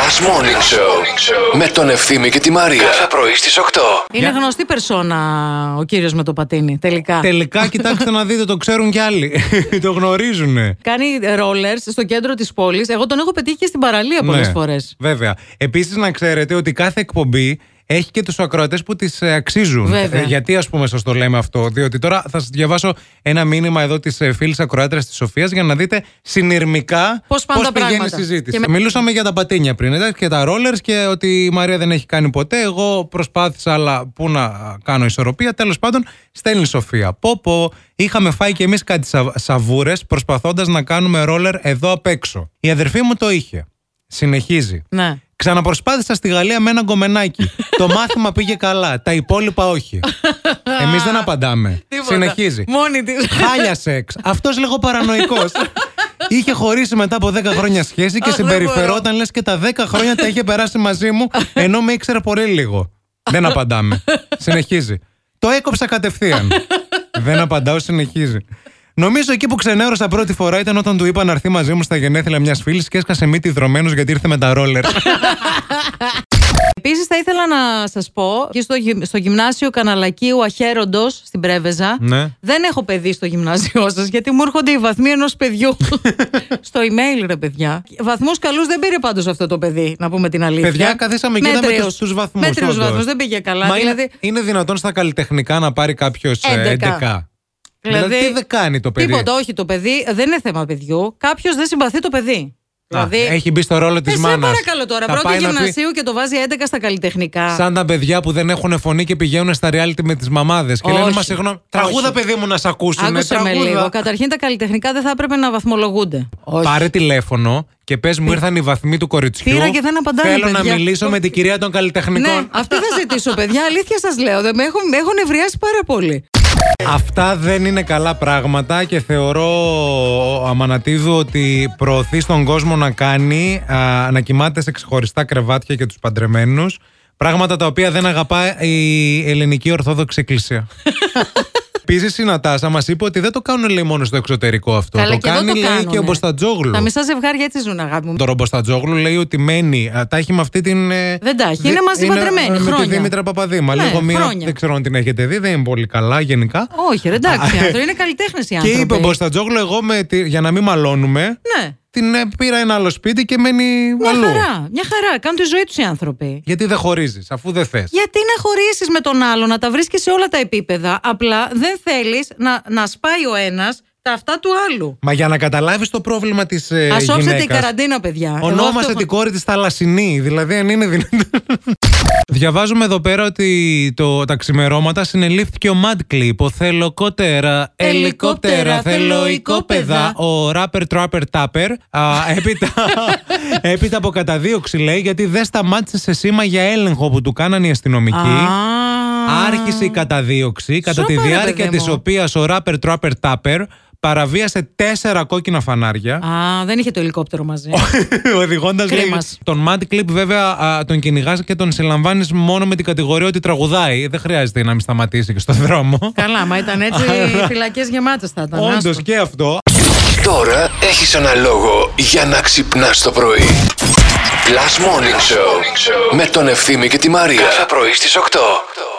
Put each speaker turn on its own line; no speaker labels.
Last Morning Show με τον Ευθύμη και τη Μαρία. Κάθε πρωί στις 8.
Είναι
Για-
γνωστή περσόνα ο κύριος με το πατίνι, τελικά.
Τελικά, κοιτάξτε να δείτε, το ξέρουν κι άλλοι. το γνωρίζουν.
Κάνει ρόλερ στο κέντρο της πόλης. Εγώ τον έχω πετύχει και στην
Ναι.
παραλία πολλές φορές.
Βέβαια. Επίσης, να ξέρετε ότι κάθε εκπομπή έχει και τους ακροατές που τις αξίζουν. Ε,
Βέβαια.
γιατί, ας πούμε, σας το λέμε αυτό. Διότι τώρα θα σας διαβάσω ένα μήνυμα εδώ ε, τη φίλης ακροάτριας της Σοφίας για να δείτε συνειρμικά
Πώς πάνε
πώς
τα
πηγαίνει η
πράγματα.
συζήτηση.
Και με-
Μιλούσαμε για τα πατίνια πριν, εντάξει, και τα ρόλερ και ότι η Μαρία δεν έχει κάνει ποτέ. Εγώ προσπάθησα, αλλά πού να κάνω ισορροπία. Τέλος πάντων, στέλνει η Σοφία. Πω, πω, είχαμε φάει κι εμείς κάτι σα... σαβούρες προσπαθώντας να κάνουμε ρόλερ εδώ απ' έξω. Η αδερφή μου το είχε. Συνεχίζει.
Ναι.
Ξαναπροσπάθησα στη Γαλλία με ένα γκομενάκι. το μάθημα πήγε καλά. Τα υπόλοιπα όχι. Εμείς δεν απαντάμε.
Τίποτα.
Συνεχίζει.
Μόνη της.
Χάλια σεξ. Αυτός λίγο παρανοϊκός. Είχε χωρίσει μετά από 10 χρόνια σχέση και
Αχ, δεν
συμπεριφερόταν λες και τα 10 χρόνια τα είχε περάσει μαζί μου, ενώ με ήξερε πολύ λίγο. Δεν απαντάμε. Συνεχίζει. Το έκοψα κατευθείαν. Δεν απαντάω, συνεχίζει. Νομίζω εκεί που ξενέρωσα πρώτη φορά ήταν όταν του είπα να έρθει μαζί μου στα γενέθλια μιας φίλης και έσκασε μύτη δρομένο γιατί ήρθε με τα ρόλερ.
Επίσης, θα ήθελα να σας πω και στο, γυμ- στο γυμνάσιο Καναλακίου Αχέροντο στην Πρέβεζα.
Ναι.
Δεν έχω παιδί στο γυμνάσιο σας, γιατί μου έρχονται οι βαθμοί ενός παιδιού. στο email, ρε παιδιά. Βαθμούς καλούς δεν πήρε πάντως αυτό το παιδί, να πούμε την αλήθεια.
Παιδιά, καθίσαμε και είδαμε
Μέτριος.
τους- τους βαθμούς,
Μέτριους
όντως.
βαθμούς, δεν πήγε καλά.
Μα
δηλαδή,
είναι, είναι δυνατόν στα καλλιτεχνικά να πάρει ε, κάποιο 11.
11.
Δηλαδή, τι δεν κάνει το παιδί.
Τίποτα, όχι το παιδί. Δεν είναι θέμα παιδιού. Κάποιος δεν συμπαθεί το παιδί. Δηλαδή,
Α, έχει μπει στο ρόλο
Ε,
τη
σε
μάνας.
παρακαλώ τώρα. Πρώτη γυμνασίου και το βάζει 11 στα καλλιτεχνικά.
Σαν τα παιδιά που δεν έχουν φωνή και πηγαίνουν στα reality με τις μαμάδες. Και λένε
Όχι.
Μα συγγνώμη, τραγούδα
Όχι.
παιδί μου να σ' ακούσουν.
Άκουσε με
τραγούδα».
λίγο. Καταρχήν τα καλλιτεχνικά δεν θα έπρεπε να βαθμολογούνται. Όχι.
Πάρε τηλέφωνο και πες μου ήρθαν οι βαθμοί του κοριτσιού.
Πήρα και δεν απαντάνε,
Θέλω να
παιδιά.
μιλήσω με την κυρία των καλλιτεχνικών.
Ναι, αυτή θα ζητήσω, παιδιά. Αλήθεια σας λέω. Δεν με έχουν, με έχουν ευριάσει πάρα πολύ.
Αυτά δεν είναι καλά πράγματα και θεωρώ, ο Αμανατίδου, ότι προωθεί στον κόσμο να κάνει, α, να κοιμάται σε ξεχωριστά κρεβάτια και τους παντρεμένους, πράγματα τα οποία δεν αγαπά η ελληνική Ορθόδοξη Εκκλησία. Επίση, η Νατάσα μας είπε ότι δεν το κάνουν λέει, μόνο στο εξωτερικό αυτό.
Καλά,
το
και εδώ
κάνει
το
λέει
κάνουνε.
και ο Μποστατζόγλου.
Τα μισά ζευγάρια έτσι ζουν, αγάπη μου.
Το ρομποστατζόγλου λέει ότι μένει. α, Τα έχει με αυτή την. ε,
Δεν τα έχει,
δι-
είναι μαζί παντρεμένη,
ε, Με τη
χρόνια.
Δήμητρα Παπαδήμα.
Ναι,
λίγο μία.
χρόνια.
Δεν ξέρω αν την έχετε δει, δεν είναι πολύ καλά γενικά.
Όχι, ρε, εντάξει, άνθρωποι. Είναι καλλιτέχνες οι
Και
άνθρωποι.
είπε ο Μποστατζόγλου, εγώ με, τη- για να μην μαλώνουμε,
Ναι.
την ε, πήρα ένα άλλο σπίτι και μένει
Μια
αλλού.
χαρά. Μια χαρά. Κάνουν τη ζωή τους οι άνθρωποι.
Γιατί δεν χωρίζεις, αφού δεν θες.
Γιατί να χωρίσει με τον άλλο, να τα βρίσκεις σε όλα τα επίπεδα. Απλά δεν θέλεις να, να σπάει ο ένας τα αυτά του άλλου.
Μα για να καταλάβεις το πρόβλημα της ε,
Ας όψετε η
γυναίκας,
καραντίνα, παιδιά. Εγώ
Ονόμασε
αυτό-
την κόρη της Θαλασσινή. Δηλαδή, αν είναι δυνατόν. Διαβάζουμε εδώ πέρα ότι το, τα ξημερώματα συνελήφθηκε ο Μάντκλιπ. Ο θέλω κότερα, ελικόπτερα, θέλω οικόπεδα. Ο ράπερ τράπερ τάπερ. Α, Έπειτα, έπειτα από καταδίωξη λέει γιατί δεν σταμάτησε σε σήμα για έλεγχο που του κάνανε οι αστυνομικοί.
Α.
Άρχισε η καταδίωξη, κατά τη
Σοπα, ρε,
διάρκεια
παιδί
της
μου.
οποίας ο ράπερ τράπερ τάπερ παραβίασε τέσσερα κόκκινα φανάρια.
Α, δεν είχε το ελικόπτερο μαζί.
Οδηγώντα
Κρίμας.
Τον Mad Clip, βέβαια, α, τον κυνηγάς και τον συλλαμβάνεις μόνο με την κατηγορία ότι τραγουδάει. Δεν χρειάζεται να μην σταματήσει και στον δρόμο.
Καλά, μα ήταν έτσι οι φυλακές γεμάτες θα ήταν.
Όντως
άστο.
και αυτό.
Τώρα έχεις ένα λόγο για να ξυπνάς το πρωί. Last Morning Show με τον Ευθύμη και τη Μαρία. Κάθε πρωί στις 8.